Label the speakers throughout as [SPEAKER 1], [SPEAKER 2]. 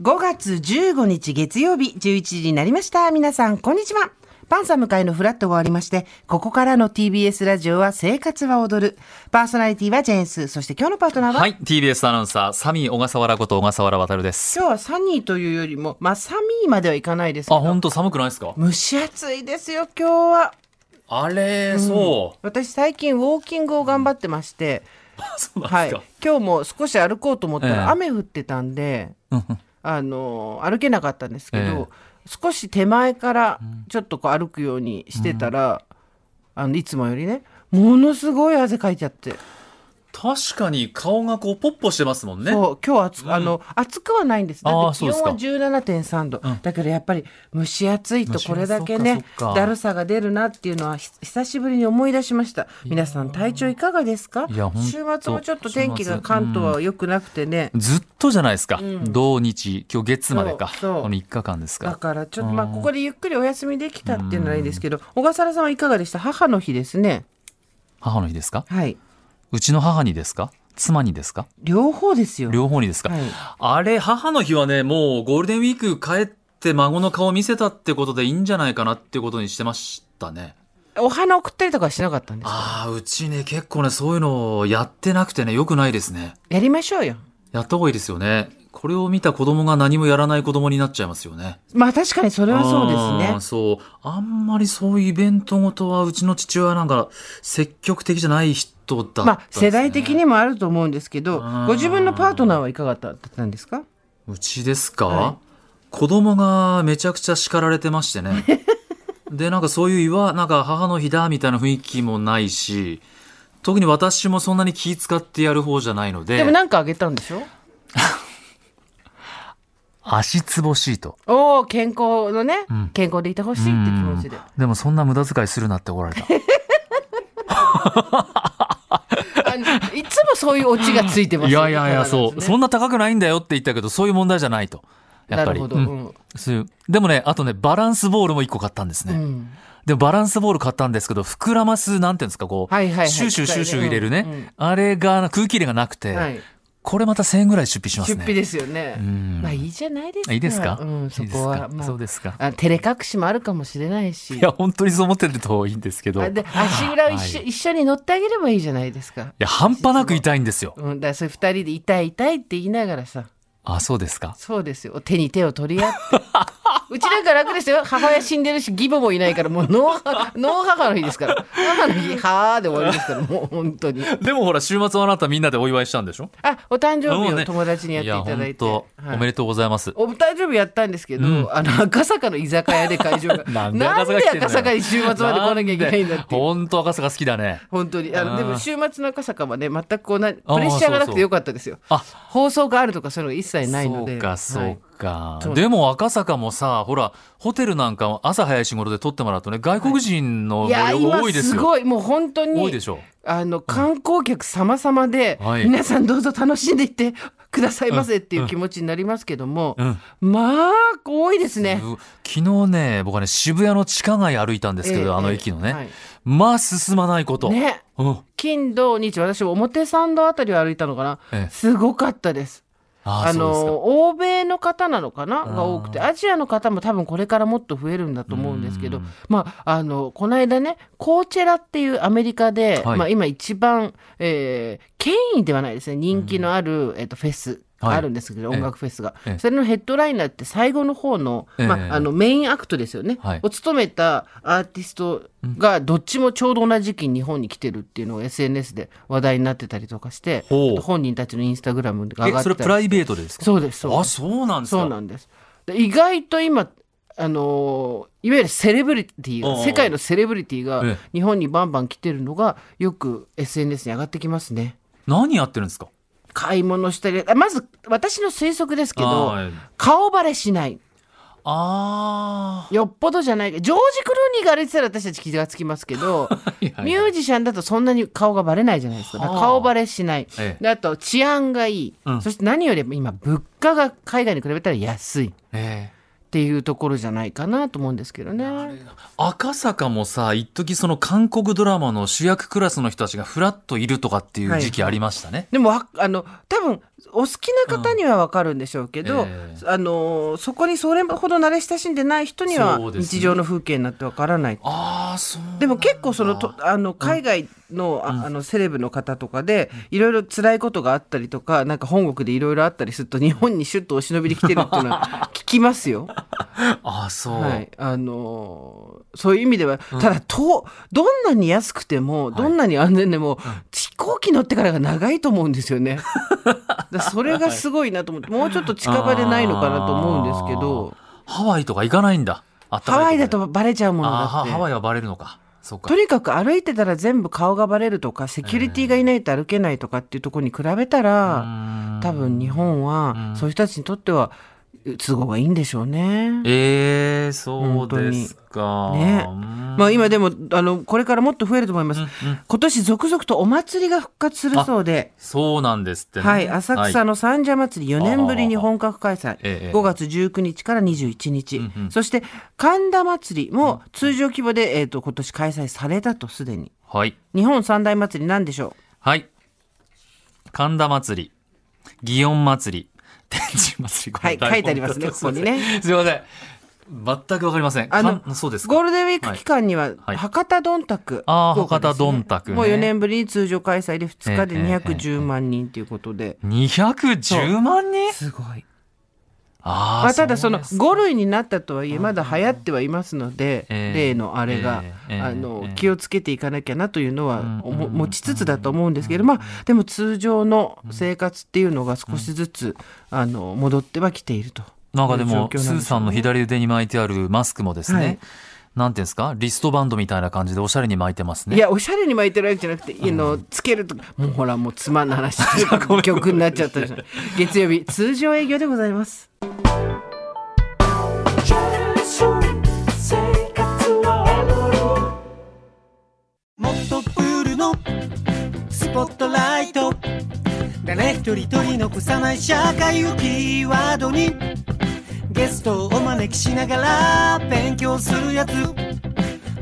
[SPEAKER 1] 5月15日月曜日11時になりました。皆さん、こんにちは。パンサム会のフラットが終わりまして、ここからの TBS ラジオは生活は踊る。パーソナリティはジェーンス。そして今日のパートナーは、
[SPEAKER 2] はい、TBS アナウンサー、サミー小笠原こと小笠原渉です。
[SPEAKER 1] 今日はサニーというよりも、まあ、サミーまではいかないですけ
[SPEAKER 2] あ、
[SPEAKER 1] ど、
[SPEAKER 2] 本当寒くないですか
[SPEAKER 1] 蒸し暑いですよ、今日は。
[SPEAKER 2] あれ、そ
[SPEAKER 1] 私最近ウォーキングを頑張ってまして、
[SPEAKER 2] う。 そうなん
[SPEAKER 1] は
[SPEAKER 2] で
[SPEAKER 1] い
[SPEAKER 2] すか。、
[SPEAKER 1] 今日も少し歩こうと思った
[SPEAKER 2] ええ
[SPEAKER 1] ら雨降ってたんで、
[SPEAKER 2] うんうん
[SPEAKER 1] あの歩けなかったんですけど、
[SPEAKER 2] え
[SPEAKER 1] 少し手前からちょっとこう歩くようにしてたら、あのいつもよりねものすごい汗かいちゃって、
[SPEAKER 2] 確かに顔がこう、ポッポしてますもんね。
[SPEAKER 1] そう今日暑,、あの暑くはないんですだ
[SPEAKER 2] あ
[SPEAKER 1] っ
[SPEAKER 2] あ
[SPEAKER 1] て
[SPEAKER 2] そう
[SPEAKER 1] 気
[SPEAKER 2] で
[SPEAKER 1] 温
[SPEAKER 2] すか
[SPEAKER 1] は17.3度、
[SPEAKER 2] うん
[SPEAKER 1] だけどやっぱり蒸し暑いとこれだけ
[SPEAKER 2] 蒸し
[SPEAKER 1] ね
[SPEAKER 2] 暑いそっかそっか
[SPEAKER 1] だるさが出るなっていうのはひ久しぶりに思い出しました皆さん体調いかがですか
[SPEAKER 2] いやほんと
[SPEAKER 1] 週末もちょっと天気
[SPEAKER 2] 週
[SPEAKER 1] が
[SPEAKER 2] 末
[SPEAKER 1] 関東は良くなくてね、
[SPEAKER 2] ずっとじゃないですか。土日、今日月までか。
[SPEAKER 1] そうそう
[SPEAKER 2] この1日間です
[SPEAKER 1] だ
[SPEAKER 2] か。
[SPEAKER 1] からちょっと
[SPEAKER 2] うん
[SPEAKER 1] まあここでゆっくりお休みできたっていうのはいいですけど小笠原さんはいかがでした母の日ですね
[SPEAKER 2] 母の日ですか
[SPEAKER 1] はいう
[SPEAKER 2] ちの母にですか妻にですか
[SPEAKER 1] 両方ですよ
[SPEAKER 2] 両方にですか、
[SPEAKER 1] はい
[SPEAKER 2] あれ、母の日はね、もうゴールデンウィーク帰って孫の顔見せたってことでいいんじゃないかなってことにしてましたね。
[SPEAKER 1] お花送ったりとかはしなかったんですか
[SPEAKER 2] ああ、うちね、結構ね、そういうのをやってなくてね、良くないですね。
[SPEAKER 1] やりましょうよ
[SPEAKER 2] やった方がいいですよね。これを見た子供が何もやらない子供になっちゃいますよね。
[SPEAKER 1] まあ確かにそれはそう
[SPEAKER 2] あー
[SPEAKER 1] ですね
[SPEAKER 2] そう。あんまりそういうイベントごとは、うちの父親なんか積極的じゃない人だったんで
[SPEAKER 1] ま
[SPEAKER 2] すね、
[SPEAKER 1] あ世代的にもあると思うんですけど
[SPEAKER 2] うん
[SPEAKER 1] ご自分のパートナーはいかがだったんですか
[SPEAKER 2] うちですか、
[SPEAKER 1] は
[SPEAKER 2] 子供がめちゃくちゃ叱られてましてね。 で、なんかそういういわ、なんか母の日だみたいな雰囲気もないし、特に私もそんなに気使ってやる方じゃないので、
[SPEAKER 1] でもなんかあげたんでしょ
[SPEAKER 2] 足つぼシート。
[SPEAKER 1] おお健康のね
[SPEAKER 2] ん
[SPEAKER 1] 健康でいてほしいって気持ちで
[SPEAKER 2] うんでもそんな無駄遣いするなって怒られた。
[SPEAKER 1] あのいつもそういうオチがついてます
[SPEAKER 2] い
[SPEAKER 1] よ
[SPEAKER 2] や
[SPEAKER 1] ね
[SPEAKER 2] いやいや、そう、
[SPEAKER 1] 必ず
[SPEAKER 2] そ
[SPEAKER 1] ね
[SPEAKER 2] んな高くないんだよって言ったけど、そういう問題じゃないと。やっ
[SPEAKER 1] な
[SPEAKER 2] ぱ
[SPEAKER 1] る
[SPEAKER 2] り。
[SPEAKER 1] ほど
[SPEAKER 2] う
[SPEAKER 1] うんん
[SPEAKER 2] そういうでもね、あとね、バランスボールも一個買ったんですね。
[SPEAKER 1] うん
[SPEAKER 2] でもバランスボール買ったんですけど、膨らます、なんていうんですか、こう、
[SPEAKER 1] はいはいはい
[SPEAKER 2] シューシューシューシュー入れるね。
[SPEAKER 1] うんうん
[SPEAKER 2] あれが空気入れがなくて、
[SPEAKER 1] はい
[SPEAKER 2] これまた1000円ぐらい出費します
[SPEAKER 1] 出
[SPEAKER 2] ね。
[SPEAKER 1] 費ですよね
[SPEAKER 2] うん。
[SPEAKER 1] まあいいじゃないですか。
[SPEAKER 2] いいですか、
[SPEAKER 1] うん、そこはい
[SPEAKER 2] いですか
[SPEAKER 1] ま
[SPEAKER 2] そうで
[SPEAKER 1] あ
[SPEAKER 2] すか。
[SPEAKER 1] あ照れ隠しもあるかもしれないし。
[SPEAKER 2] いや、本当にそう思ってるといいんですけど。
[SPEAKER 1] あ
[SPEAKER 2] い
[SPEAKER 1] で足裏を一緒、
[SPEAKER 2] は
[SPEAKER 1] 一緒に乗ってあげればいいじゃないですか。
[SPEAKER 2] や、半端なく痛いんですよ。
[SPEAKER 1] うん、だからそれ二人で痛い痛いって言いながらさ、
[SPEAKER 2] あ、そうですか。
[SPEAKER 1] そうですよ。手に手を取り合 って。うちなんか楽ですよ。母親死んでるし、義母もいないから、もう脳母、脳母の日ですから。母の日、はーで終わりですから、もう本当に。
[SPEAKER 2] でもほら、週末はあなたみんなでお祝いしたんでしょ
[SPEAKER 1] あ、お誕生
[SPEAKER 2] も
[SPEAKER 1] 日
[SPEAKER 2] う
[SPEAKER 1] を
[SPEAKER 2] ね
[SPEAKER 1] 友達にやっていただいて。
[SPEAKER 2] や本当
[SPEAKER 1] はい
[SPEAKER 2] おめでとうございます。
[SPEAKER 1] お誕生日やったんですけど、あの赤坂の居酒屋で会場が な
[SPEAKER 2] な
[SPEAKER 1] ん
[SPEAKER 2] ん
[SPEAKER 1] で
[SPEAKER 2] で赤坂来てんだよ
[SPEAKER 1] 赤坂に週末まで来なきゃいけないんだっていう
[SPEAKER 2] 本当赤坂好きだね。
[SPEAKER 1] 本当にあの
[SPEAKER 2] あー
[SPEAKER 1] でも週末の赤坂はね全くこうなプ
[SPEAKER 2] あー
[SPEAKER 1] レッシャーがなくてよかったですよ
[SPEAKER 2] あ、
[SPEAKER 1] 放送があるとかそういうのが一切ないので
[SPEAKER 2] そうか、そうか。
[SPEAKER 1] そう
[SPEAKER 2] でも赤坂もさ、ほら、ホテルなんかも朝早い仕事で撮ってもらうとね、外国人の
[SPEAKER 1] はいい
[SPEAKER 2] 旅
[SPEAKER 1] や
[SPEAKER 2] 行が多
[SPEAKER 1] 今
[SPEAKER 2] いです
[SPEAKER 1] す
[SPEAKER 2] よ。
[SPEAKER 1] ごいもう本当
[SPEAKER 2] 多いで
[SPEAKER 1] に
[SPEAKER 2] しょ。
[SPEAKER 1] あの観光客様々で、
[SPEAKER 2] はい
[SPEAKER 1] 皆さんどうぞ楽しんでいってくださいませっていう気持ちになりますけども、
[SPEAKER 2] うん。
[SPEAKER 1] まあ多いですね。
[SPEAKER 2] う昨日ね、僕はね、渋谷の地下街歩いたんですけ
[SPEAKER 1] ええ
[SPEAKER 2] ど、あの駅の
[SPEAKER 1] え
[SPEAKER 2] ね。
[SPEAKER 1] えはい
[SPEAKER 2] まあ、進まないこと。
[SPEAKER 1] ね
[SPEAKER 2] うん。
[SPEAKER 1] 金土日私表参道あたりを歩いたのかな、
[SPEAKER 2] ええ
[SPEAKER 1] すごかったです。
[SPEAKER 2] あ
[SPEAKER 1] あ
[SPEAKER 2] あ、そうですか。
[SPEAKER 1] の欧米の方なのかなが多くて
[SPEAKER 2] あ
[SPEAKER 1] アジアの方も多分これからもっと増えるんだと思うんですけ
[SPEAKER 2] う
[SPEAKER 1] ど
[SPEAKER 2] ん
[SPEAKER 1] まああのこの間ねコーチェラっていうアメリカで、
[SPEAKER 2] はい
[SPEAKER 1] まあ、今一番、えー権威ではないですね人気のある、えっとフェスがあるんですけど、
[SPEAKER 2] はい
[SPEAKER 1] 音楽フェスが、
[SPEAKER 2] ええ
[SPEAKER 1] それのヘッドライナーって最後の方の,、
[SPEAKER 2] ええ
[SPEAKER 1] まあ、あのメインアクトですよね、
[SPEAKER 2] はい
[SPEAKER 1] を務めたアーティストがどっちもちょうど同じ時期に日本に来てるっていうのを SNS で話題になってたりとかして
[SPEAKER 2] ほう
[SPEAKER 1] あと本人たちのインスタグラムが上が
[SPEAKER 2] え、
[SPEAKER 1] って
[SPEAKER 2] そ
[SPEAKER 1] たり
[SPEAKER 2] れプライベートでですか
[SPEAKER 1] そうですそう
[SPEAKER 2] あ、
[SPEAKER 1] です
[SPEAKER 2] そうなんですか。
[SPEAKER 1] そうなんですで意外と今あのーいわゆるセレブリティ
[SPEAKER 2] おうお
[SPEAKER 1] が
[SPEAKER 2] う
[SPEAKER 1] 世界のセレブリティ
[SPEAKER 2] え
[SPEAKER 1] が
[SPEAKER 2] え
[SPEAKER 1] 日本にバンバン来てるのがよく SNS に上がってきますね
[SPEAKER 2] 何やってるんですか
[SPEAKER 1] 買い物したりあまず私の推測ですけど
[SPEAKER 2] はい
[SPEAKER 1] 顔バレしない
[SPEAKER 2] あ
[SPEAKER 1] よっぽどじゃないジョージ・クルーニーが歩いてたら私たち気がつきますけ ど
[SPEAKER 2] あ。ミュ
[SPEAKER 1] ミュージシャンだとそんなに顔がバレないじゃないですかだから
[SPEAKER 2] はあ
[SPEAKER 1] 顔バレしない、
[SPEAKER 2] ええ
[SPEAKER 1] であと治安がいい、
[SPEAKER 2] うん
[SPEAKER 1] そして何よりも今物価が海外に比べたら安い
[SPEAKER 2] ええ
[SPEAKER 1] っていうところじゃないかなと思うんですけどね。
[SPEAKER 2] 赤坂もさ、一時その韓国ドラマの主役クラスの人たちがフラッといるとかっていう時期ありましたね。
[SPEAKER 1] でもわあの多分お好きな方にはわかるんでしょうけど、
[SPEAKER 2] うんええ
[SPEAKER 1] あのそこにそれほど慣れ親しんでない人には
[SPEAKER 2] そうですね
[SPEAKER 1] 日常の風景になってわからない。で
[SPEAKER 2] ああそうなんだ
[SPEAKER 1] も結構そのとあの海外の,、ああのセレブの方とかでいろいろ辛いことがあったりとかなんか本国でいろいろあったりすると日本にシュッとお忍びに来てるっていうのは聞きますよ。
[SPEAKER 2] ああそう、
[SPEAKER 1] はい、あのーそういう意味では、ただとどんなに安くても、どんなに安全でも、飛行機乗ってからが長いと思うんですよね だそれがすごいなと思ってもうちょっと近場でないのかなと思うんですけど
[SPEAKER 2] あーハワイとか行かないんだあった
[SPEAKER 1] ハ
[SPEAKER 2] か
[SPEAKER 1] ワ
[SPEAKER 2] い
[SPEAKER 1] イだ
[SPEAKER 2] こと
[SPEAKER 1] バレちゃうも
[SPEAKER 2] で
[SPEAKER 1] の
[SPEAKER 2] あー
[SPEAKER 1] だっ
[SPEAKER 2] ハ
[SPEAKER 1] て
[SPEAKER 2] ハワイはバレるのかそうか
[SPEAKER 1] とにかく歩いてたら全部顔がバレるとかセキュリティがいないと歩けないとかっていうところに比べた
[SPEAKER 2] う
[SPEAKER 1] ら、
[SPEAKER 2] ーん
[SPEAKER 1] 多分日本は、
[SPEAKER 2] うん
[SPEAKER 1] そういう人たちにとっては都合がいいんでしょうね。
[SPEAKER 2] ええそうですか
[SPEAKER 1] ねまあ今でもあのこれからもっと増えると思います、今年続々とお祭りが復活するそうで、
[SPEAKER 2] そうなんですってね
[SPEAKER 1] はい、浅草
[SPEAKER 2] はい
[SPEAKER 1] の三社祭り4年ぶりに本格開催、
[SPEAKER 2] ええ
[SPEAKER 1] 5月19日から21日、
[SPEAKER 2] うんうん
[SPEAKER 1] そして神田祭りも通常規模で、えー、と今年開催されたとすでに
[SPEAKER 2] はい、
[SPEAKER 1] 日本三大祭りなんでしょ
[SPEAKER 2] はい神田祭り祇園祭り天神祭り
[SPEAKER 1] はい
[SPEAKER 2] これ台本
[SPEAKER 1] 書いてありますね
[SPEAKER 2] ちょっと
[SPEAKER 1] ここにね
[SPEAKER 2] すいませ んすいません全くわかりません
[SPEAKER 1] あの
[SPEAKER 2] かんそうです
[SPEAKER 1] う
[SPEAKER 2] か
[SPEAKER 1] ゴールデンウィーク期間には
[SPEAKER 2] はい
[SPEAKER 1] 博多どんたく、
[SPEAKER 2] あー
[SPEAKER 1] 福岡ですね
[SPEAKER 2] 博多どんたくね
[SPEAKER 1] もう4年ぶりに通常開催で2日で
[SPEAKER 2] ええええええ
[SPEAKER 1] 210万人ということで、
[SPEAKER 2] 210万人
[SPEAKER 1] すごい
[SPEAKER 2] あー
[SPEAKER 1] まあ、ただその
[SPEAKER 2] うです
[SPEAKER 1] 5類になったとはいえまだ流行ってはいますので、
[SPEAKER 2] ええ
[SPEAKER 1] 例のあれが、
[SPEAKER 2] ええ
[SPEAKER 1] あの
[SPEAKER 2] ええ
[SPEAKER 1] 気をつけていかなきゃなというのは
[SPEAKER 2] うん
[SPEAKER 1] 思持ちつつだと思うんですけど、まあ、でも通常の生活っていうのが少しずつ、あの戻ってはきていると。
[SPEAKER 2] なんかでも
[SPEAKER 1] という状況
[SPEAKER 2] ス
[SPEAKER 1] なん
[SPEAKER 2] ー
[SPEAKER 1] でしょ
[SPEAKER 2] さ
[SPEAKER 1] うん
[SPEAKER 2] の
[SPEAKER 1] ね
[SPEAKER 2] 左腕に巻いてあるマスクもですね、
[SPEAKER 1] はい
[SPEAKER 2] なんていうんですかリストバンドみたいな感じでおしゃれに巻いてますね
[SPEAKER 1] いやおしゃれに巻いてるわけじゃなくて、あのつけるともうほらもうつまんな 話曲になっちゃったじゃない月曜日通常営業でございます。
[SPEAKER 3] もっとプールのスポットライト誰一人取り残さない社会をキーワードにゲストをお招きしながら勉強するやつ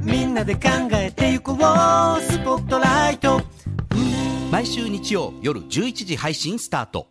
[SPEAKER 3] みんなで考えてゆこうスポットライト
[SPEAKER 4] 毎週日曜夜11時配信スタート